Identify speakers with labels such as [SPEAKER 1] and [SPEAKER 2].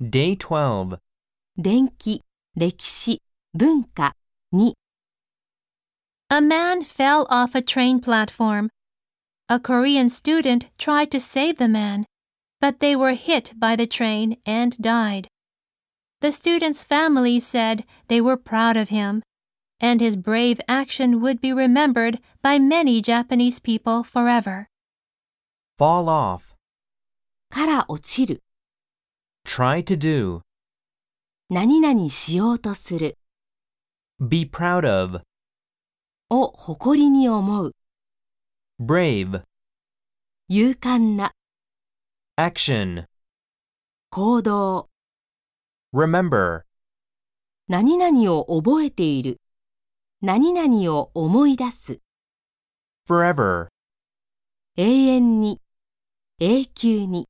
[SPEAKER 1] Day 12.
[SPEAKER 2] 電気、歴史、文化に
[SPEAKER 3] A man fell off a train platform. A Korean student tried to save the man, but they were hit by the train and died. The student's family said they were proud of him, and his brave action would be remembered by many Japanese people forever.
[SPEAKER 1] Fall off.
[SPEAKER 2] から落ちる、
[SPEAKER 1] Try to do.
[SPEAKER 2] 何々しようとする
[SPEAKER 1] Be proud of.
[SPEAKER 2] を誇りに思う、
[SPEAKER 1] Brave.
[SPEAKER 2] 勇敢な
[SPEAKER 1] Action.
[SPEAKER 2] 行動、
[SPEAKER 1] Remember.
[SPEAKER 2] 何々を覚えている、何々を思い出す、
[SPEAKER 1] Forever.
[SPEAKER 2] 永遠に、永久に。